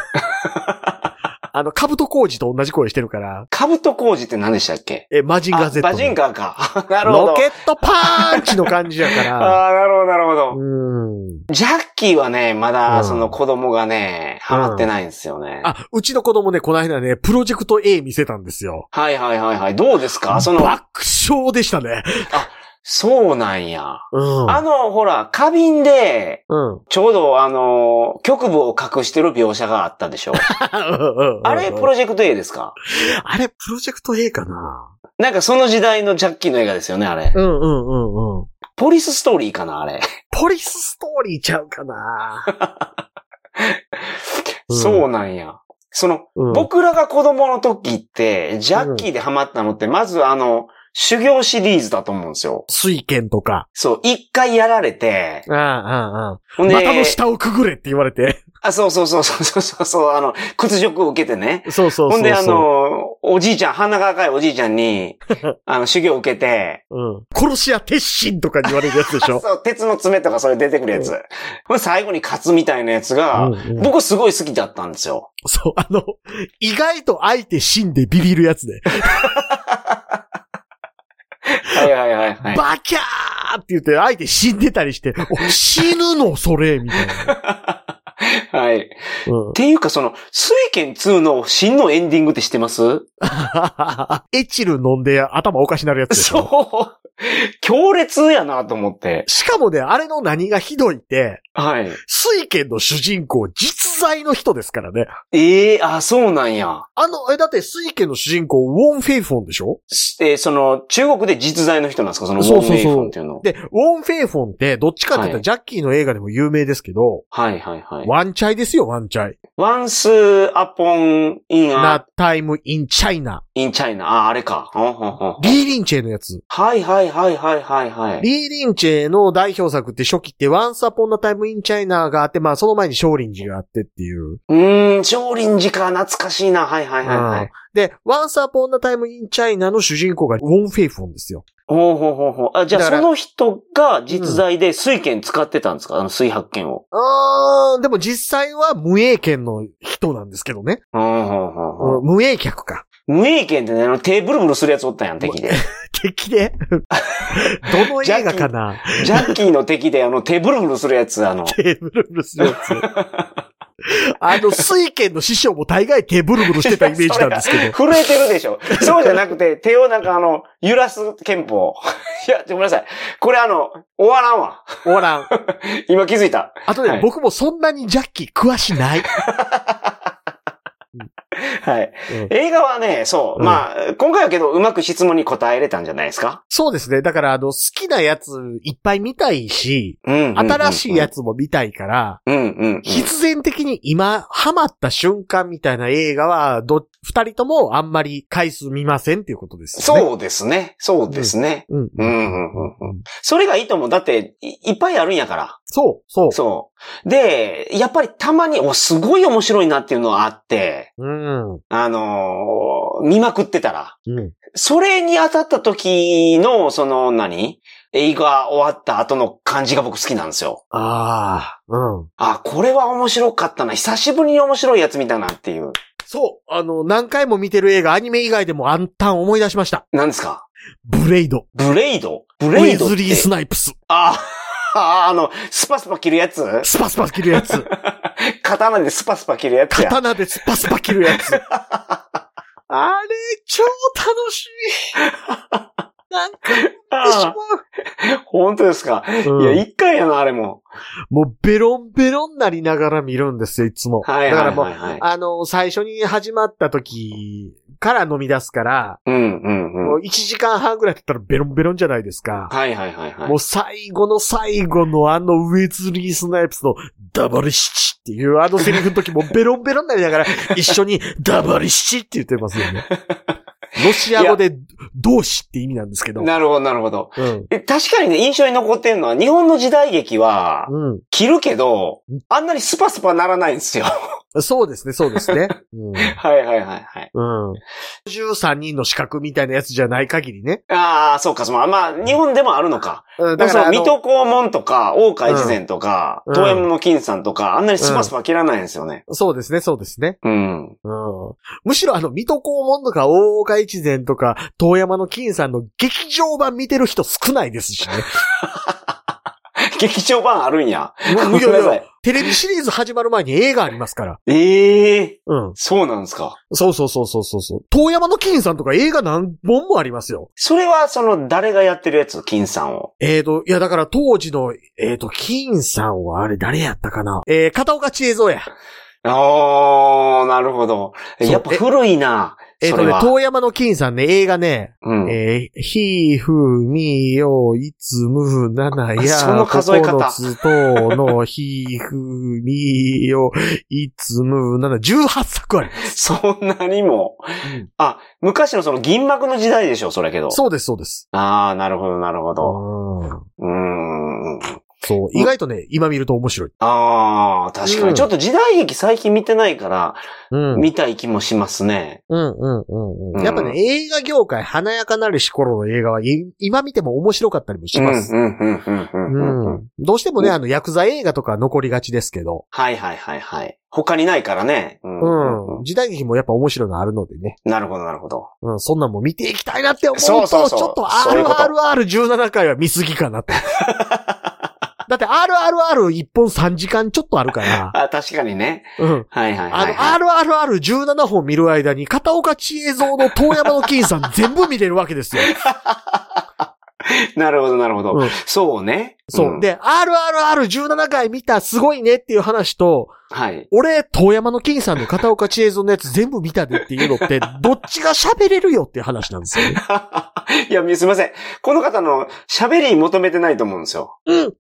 [SPEAKER 1] あの、カブトコウジと同じ声してるから、
[SPEAKER 2] カブト工事って何でしたっけ
[SPEAKER 1] え、マジンガー Z
[SPEAKER 2] あ
[SPEAKER 1] の。
[SPEAKER 2] バジンガーか。 なるほど。
[SPEAKER 1] ロケットパンチの感じやか ら、
[SPEAKER 2] ああ、なるほどなるほど。
[SPEAKER 1] うん。
[SPEAKER 2] ジャッキーはね、ま
[SPEAKER 1] う
[SPEAKER 2] だ、
[SPEAKER 1] ん
[SPEAKER 2] その子供がね、ハマってないんですよね。
[SPEAKER 1] あ、うちの子供ね、この間ね、プロジェクト A 見せたんですよ。
[SPEAKER 2] はいはいはいはい。どうですかその、
[SPEAKER 1] 爆笑でしたね。
[SPEAKER 2] そうなんや。
[SPEAKER 1] うん。
[SPEAKER 2] あの、ほら、花瓶で、
[SPEAKER 1] うん。
[SPEAKER 2] ちょうどあの、局部を隠してる描写があった でしょ。あれ、プロジェクト A ですか
[SPEAKER 1] あれ、プロジェクト A かな
[SPEAKER 2] なんかその時代のジャッキーの映画ですよね、あれ。
[SPEAKER 1] うんうんうんうん。
[SPEAKER 2] ポリスストーリーかな、あれ。
[SPEAKER 1] ポリスストーリーちゃうかな、 うん
[SPEAKER 2] そうなんや。その、
[SPEAKER 1] うん、
[SPEAKER 2] 僕らが子供の時って、ジャッキーでハマったのって、まずあの、修行シリーズだと思うんですよ。
[SPEAKER 1] 水剣とか。
[SPEAKER 2] そう、一回やられて、
[SPEAKER 1] ああ、あ
[SPEAKER 2] ほん
[SPEAKER 1] あ。
[SPEAKER 2] で、
[SPEAKER 1] 股の下をくぐれって言われて。
[SPEAKER 2] あ、そうそうそうそうそうそうそう、あの、屈辱を受けてね。
[SPEAKER 1] そうそうそうそう。
[SPEAKER 2] ほんで、あ、の、おじいちゃん、鼻が赤いおじいちゃ んに、あの、修行を受けて、
[SPEAKER 1] うん。殺し屋鉄心とかに言われるやつで しょ。
[SPEAKER 2] そう、鉄の爪とかそれ出てくるやつ。ほんで最後に勝つみたいなやつが、
[SPEAKER 1] うんうん
[SPEAKER 2] 僕すごい好きだったんですよ。
[SPEAKER 1] そう、あの、意外と相手死んでビビるやつで、
[SPEAKER 2] はいはいはいはい。
[SPEAKER 1] バキャーって言って相手死んでたりして、お死ぬのそれみたいな。
[SPEAKER 2] はい。っ
[SPEAKER 1] うん
[SPEAKER 2] ていうか、その、水剣2の真のエンディングって知ってます
[SPEAKER 1] エチル飲んで頭おかしなるやつでしょ。
[SPEAKER 2] そう。強烈やなと思って。
[SPEAKER 1] しかもね、あれの何がひどいって、
[SPEAKER 2] はい。
[SPEAKER 1] 水剣の主人公、実在の人ですからね。
[SPEAKER 2] ええあ、そうなんや。
[SPEAKER 1] あの、え、だって水剣の主人公、ウォン・フェイフォンでしょ
[SPEAKER 2] すえーその、中国で実在の人なんですかその、ウ
[SPEAKER 1] そう
[SPEAKER 2] ォ
[SPEAKER 1] そ
[SPEAKER 2] ン・
[SPEAKER 1] うそう
[SPEAKER 2] ウェイフォンっていうの。
[SPEAKER 1] で、ウォン・フェイフォンって、どっちかって言った
[SPEAKER 2] は
[SPEAKER 1] ら
[SPEAKER 2] い
[SPEAKER 1] ジャッキーの映画でも有名ですけど、
[SPEAKER 2] はいはいはい。
[SPEAKER 1] ワンチャイですよ、ワンチャイ。
[SPEAKER 2] ワンス・アポン・イン・
[SPEAKER 1] な
[SPEAKER 2] ア、
[SPEAKER 1] タイム・イン・チャイナ。
[SPEAKER 2] イン・チャイナ。あ、あれか。ほんほんほん
[SPEAKER 1] リー・リンチェのやつ。
[SPEAKER 2] はいはいはいはいはいはい。
[SPEAKER 1] リー・リンチェの代表作って初期って、ワンサポンナタイム・イン・チャイナがあって、まあその前に少林寺があってっていう。
[SPEAKER 2] うーん、少林寺か。懐かしいな。はいはいはいは
[SPEAKER 1] うん
[SPEAKER 2] い。
[SPEAKER 1] で、Once Upon a Time in China の主人公がウォン・フェイフォンですよ。
[SPEAKER 2] ほうほうほうほう。あ、じゃあ
[SPEAKER 1] だか
[SPEAKER 2] そ
[SPEAKER 1] ら
[SPEAKER 2] の人が実在で水剣使ってたんですかあの水白剣を。
[SPEAKER 1] うーん、でも実際は無影剣の人なんですけどね。
[SPEAKER 2] ほうほうほうほ
[SPEAKER 1] う
[SPEAKER 2] うん
[SPEAKER 1] 無影客か。
[SPEAKER 2] 無影剣ってね、あの手ブルブルするやつおったやん、 敵で。
[SPEAKER 1] 敵で。 どの映画かな
[SPEAKER 2] ジャッキーの敵で、あの手ブルブルするやつ、あの。
[SPEAKER 1] 手ブルブルするやつ。 あの、水剣の師匠も大概手ブルブルしてたイメージなんです けど。
[SPEAKER 2] 震えてるでしょ。そうじゃなくて、手をなんかあの、揺らす憲法。 いや、ごめんなさい。これあの、終わらんわ。
[SPEAKER 1] おらん。
[SPEAKER 2] 今気づいた。
[SPEAKER 1] あとね、
[SPEAKER 2] はい
[SPEAKER 1] 僕もそんなにジャッキー詳しない。
[SPEAKER 2] はい。
[SPEAKER 1] うん
[SPEAKER 2] 映画はね、そう。
[SPEAKER 1] うん
[SPEAKER 2] まあ、今回はけど、うまく質問に答えれたんじゃないですか
[SPEAKER 1] そうですね。だから、あの、好きなやついっぱい見たいし、
[SPEAKER 2] うん。
[SPEAKER 1] 新しいや
[SPEAKER 2] つ。
[SPEAKER 1] つも見たいから、
[SPEAKER 2] うんうん。
[SPEAKER 1] 必然的に今、ハマった瞬間みたいな映画は、ど、二人ともあんまり回数見ませんっていうことですよね。
[SPEAKER 2] そうですね。そうですね。
[SPEAKER 1] うん。
[SPEAKER 2] うんうんうんうん。それがいいと思う。だって、いいっぱいあるんやから。
[SPEAKER 1] そう、そう。
[SPEAKER 2] そう。で、やっぱりたまに、お、すごい面白いなっていうのはあって、
[SPEAKER 1] うん。う
[SPEAKER 2] あのー見まくってたら、
[SPEAKER 1] ん。
[SPEAKER 2] それに当たった時の、その何、映画終わった後の感じが僕好きなんですよ。
[SPEAKER 1] ああ、うん。
[SPEAKER 2] あ、これは面白かったな。久しぶりに面白いやつ見たなっていう。
[SPEAKER 1] そう、あの、何回も見てる映画、アニメ以外でもあんたん思い出しました。
[SPEAKER 2] 何ですか
[SPEAKER 1] ブレイド。
[SPEAKER 2] ブレイドブ
[SPEAKER 1] ブレ
[SPEAKER 2] レ
[SPEAKER 1] イ
[SPEAKER 2] イドっ
[SPEAKER 1] ズ
[SPEAKER 2] て
[SPEAKER 1] リー・スナイプス。
[SPEAKER 2] ああ、あの、スパスパ切るやつ
[SPEAKER 1] スパスパ切るや つ。
[SPEAKER 2] 刀でスパスパ切るやつや。
[SPEAKER 1] 刀でスパスパ切るや つ。あれ、超楽し い。なんか見てし
[SPEAKER 2] ああ本当ですか、
[SPEAKER 1] まう。
[SPEAKER 2] いや、
[SPEAKER 1] うん
[SPEAKER 2] 一回やな、あれも。
[SPEAKER 1] もうベロンベロンなりながら見るんですよ、いつも。
[SPEAKER 2] はい
[SPEAKER 1] だか
[SPEAKER 2] は
[SPEAKER 1] ら
[SPEAKER 2] い
[SPEAKER 1] も
[SPEAKER 2] は
[SPEAKER 1] う、
[SPEAKER 2] い、はい。
[SPEAKER 1] あの、最初に始まった時から飲み出すから、
[SPEAKER 2] うんうん
[SPEAKER 1] も
[SPEAKER 2] う。
[SPEAKER 1] うん1時間半ぐらい経ったらベロンベロンじゃないですか。
[SPEAKER 2] はいはいはいはい。
[SPEAKER 1] もう最後の最後のあのウェズリー・スナイプスのダバリシチっていうあのセリフの時もベロンベロンになりながら一緒にダバリシチって言ってます よね。ロシア語で同志って意味なんですけど。
[SPEAKER 2] なるほどなるほど。
[SPEAKER 1] うん。
[SPEAKER 2] え確かにね、印象に残ってるのは、日本の時代劇は、
[SPEAKER 1] う
[SPEAKER 2] 切るけど、あんなにスパスパならないんですよ。
[SPEAKER 1] ん。そうですね、そうですね。うん。
[SPEAKER 2] はいはいはいはい。
[SPEAKER 1] うん。53人の資格みたいなやつじゃない限りね。
[SPEAKER 2] ああ、そうか、そうか。まあ、日本でもあるのか。
[SPEAKER 1] うん、だ
[SPEAKER 2] だか
[SPEAKER 1] かららあ
[SPEAKER 2] 水
[SPEAKER 1] の、
[SPEAKER 2] 戸黄門とか、大海事前とか、
[SPEAKER 1] うん
[SPEAKER 2] 遠山の金さんとか、あんなにスパスパ切らないんですよね。
[SPEAKER 1] そうですね、そうですね。
[SPEAKER 2] うん。
[SPEAKER 1] う ん。むしろあの、水戸黄門とか、大岡越前とか、遠山の金さんの劇場版見てる人少ないですしね。劇
[SPEAKER 2] 劇場版あるんや。
[SPEAKER 1] もうい
[SPEAKER 2] ごめん
[SPEAKER 1] や
[SPEAKER 2] ないさ
[SPEAKER 1] や
[SPEAKER 2] い、
[SPEAKER 1] テレビシリーズ始まる前に映画ありますから。
[SPEAKER 2] ええ
[SPEAKER 1] うん。
[SPEAKER 2] そうなんですか。
[SPEAKER 1] そうそうそうそうそうそう。遠山の金さんとか映画何本もありますよ。
[SPEAKER 2] それは、その、誰がやってるやつ、金さんを。
[SPEAKER 1] えーと、いやだから当時の、えーと、金さんはあれ誰やったかなえー、片岡千恵蔵や。
[SPEAKER 2] あー、なるほど。
[SPEAKER 1] そう
[SPEAKER 2] やっぱ古いな。
[SPEAKER 1] えー
[SPEAKER 2] そ
[SPEAKER 1] と
[SPEAKER 2] れ
[SPEAKER 1] ね、
[SPEAKER 2] は。
[SPEAKER 1] 遠山の金さんね、映画ね、
[SPEAKER 2] うん。
[SPEAKER 1] えー、ひ、ふ、み、よ、いつ、む、なな、や、
[SPEAKER 2] その数え方
[SPEAKER 1] 9つとの、ひ、ふ、み、よ、いつ、む、なな、18作ある。
[SPEAKER 2] そんなにも。あ、昔のその銀幕の時代でしょ、それけど。
[SPEAKER 1] そうです、そうです。
[SPEAKER 2] ああ、なるほど、なるほど。
[SPEAKER 1] うん
[SPEAKER 2] うーん。
[SPEAKER 1] そう。意外とね、今見ると面白い。
[SPEAKER 2] ああ、確かに、
[SPEAKER 1] うん
[SPEAKER 2] ちょっと時代劇最近見てないから、
[SPEAKER 1] うんうん、
[SPEAKER 2] 見たい気もしますね。
[SPEAKER 1] うん、うん。
[SPEAKER 2] うん
[SPEAKER 1] やっぱね、映画業界華やかなるし頃の映画はい今見ても面白かったりもします。
[SPEAKER 2] うん、うん、うん、う、
[SPEAKER 1] うん
[SPEAKER 2] うん。うん
[SPEAKER 1] ん。どうしてもね、あの、ヤクザ映画とか残りがちですけど、
[SPEAKER 2] はいはいはいはい。他にないからね。うん
[SPEAKER 1] うん。時代劇もやっぱ面白いのあるのでね、
[SPEAKER 2] なるほど、なるほど。
[SPEAKER 1] うん、そんなんも見ていきたいなって思うと、
[SPEAKER 2] そうそうそう
[SPEAKER 1] ちょっと
[SPEAKER 2] そういうこと
[SPEAKER 1] RRR17 回は見すぎか なって。だって RRR1 本3時間ちょっとあるから、
[SPEAKER 2] あ、確かにね。
[SPEAKER 1] うん。
[SPEAKER 2] はいはいはい、はい。
[SPEAKER 1] あの、RRR17 本見る間に、片岡千恵蔵の遠山の金さん全部見れるわけですよ。
[SPEAKER 2] なるほど、なるほど。
[SPEAKER 1] うん
[SPEAKER 2] そうね。
[SPEAKER 1] そう。
[SPEAKER 2] ん、
[SPEAKER 1] で、RRR17 回見た、すごいねっていう話と、
[SPEAKER 2] はい。
[SPEAKER 1] 俺、遠山の金さんの片岡千恵蔵のやつ全部見たでっていうの って、どっちが喋れるよっていう話なんですよね。
[SPEAKER 2] いや、すいません。この方の喋り求めてないと思うんですよ。
[SPEAKER 1] うん。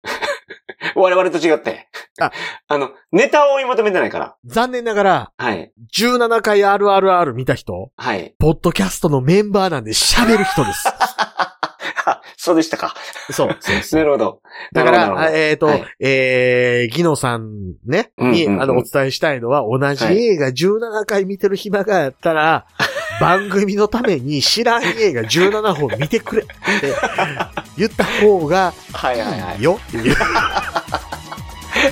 [SPEAKER 2] 我々と違って。
[SPEAKER 1] あ
[SPEAKER 2] あの、ネタを追い求めてないから。
[SPEAKER 1] 残念ながら、
[SPEAKER 2] はい。
[SPEAKER 1] 17回 RRR 見た人、
[SPEAKER 2] はい。
[SPEAKER 1] ポッドキャストのメンバーなんで喋る人です。
[SPEAKER 2] あ、 そうでしたか。
[SPEAKER 1] そう。
[SPEAKER 2] なるほど。
[SPEAKER 1] だか
[SPEAKER 2] なるほど
[SPEAKER 1] ら、、えっ、と、
[SPEAKER 2] はい
[SPEAKER 1] えー、ギノさんね、
[SPEAKER 2] うん
[SPEAKER 1] に、
[SPEAKER 2] うんうん
[SPEAKER 1] あの、お伝えしたいのは、同じ
[SPEAKER 2] はい
[SPEAKER 1] 映画17回見てる暇があったら、 番組のために知らん映画17本見てくれって 言った方が
[SPEAKER 2] はいはいはい
[SPEAKER 1] いい。よっていう。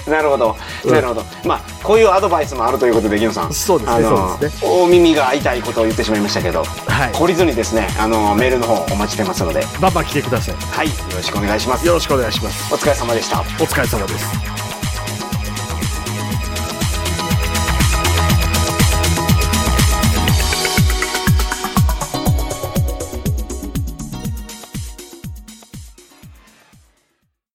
[SPEAKER 2] なるほど、
[SPEAKER 1] うん
[SPEAKER 2] なるほど。まあ、こういうアドバイスもあるということで、ギノさん。
[SPEAKER 1] そうです
[SPEAKER 2] あ
[SPEAKER 1] ね、
[SPEAKER 2] の
[SPEAKER 1] そうですね。
[SPEAKER 2] 大耳が痛いことを言ってしまいましたけど、
[SPEAKER 1] はい。
[SPEAKER 2] 懲りずにですね、あのメールの方お待ちしてますので、
[SPEAKER 1] バンバン来てください。
[SPEAKER 2] はい、よろしくお願いします。
[SPEAKER 1] よろしくお願いします。
[SPEAKER 2] お疲れ様でした。
[SPEAKER 1] お疲れ様です。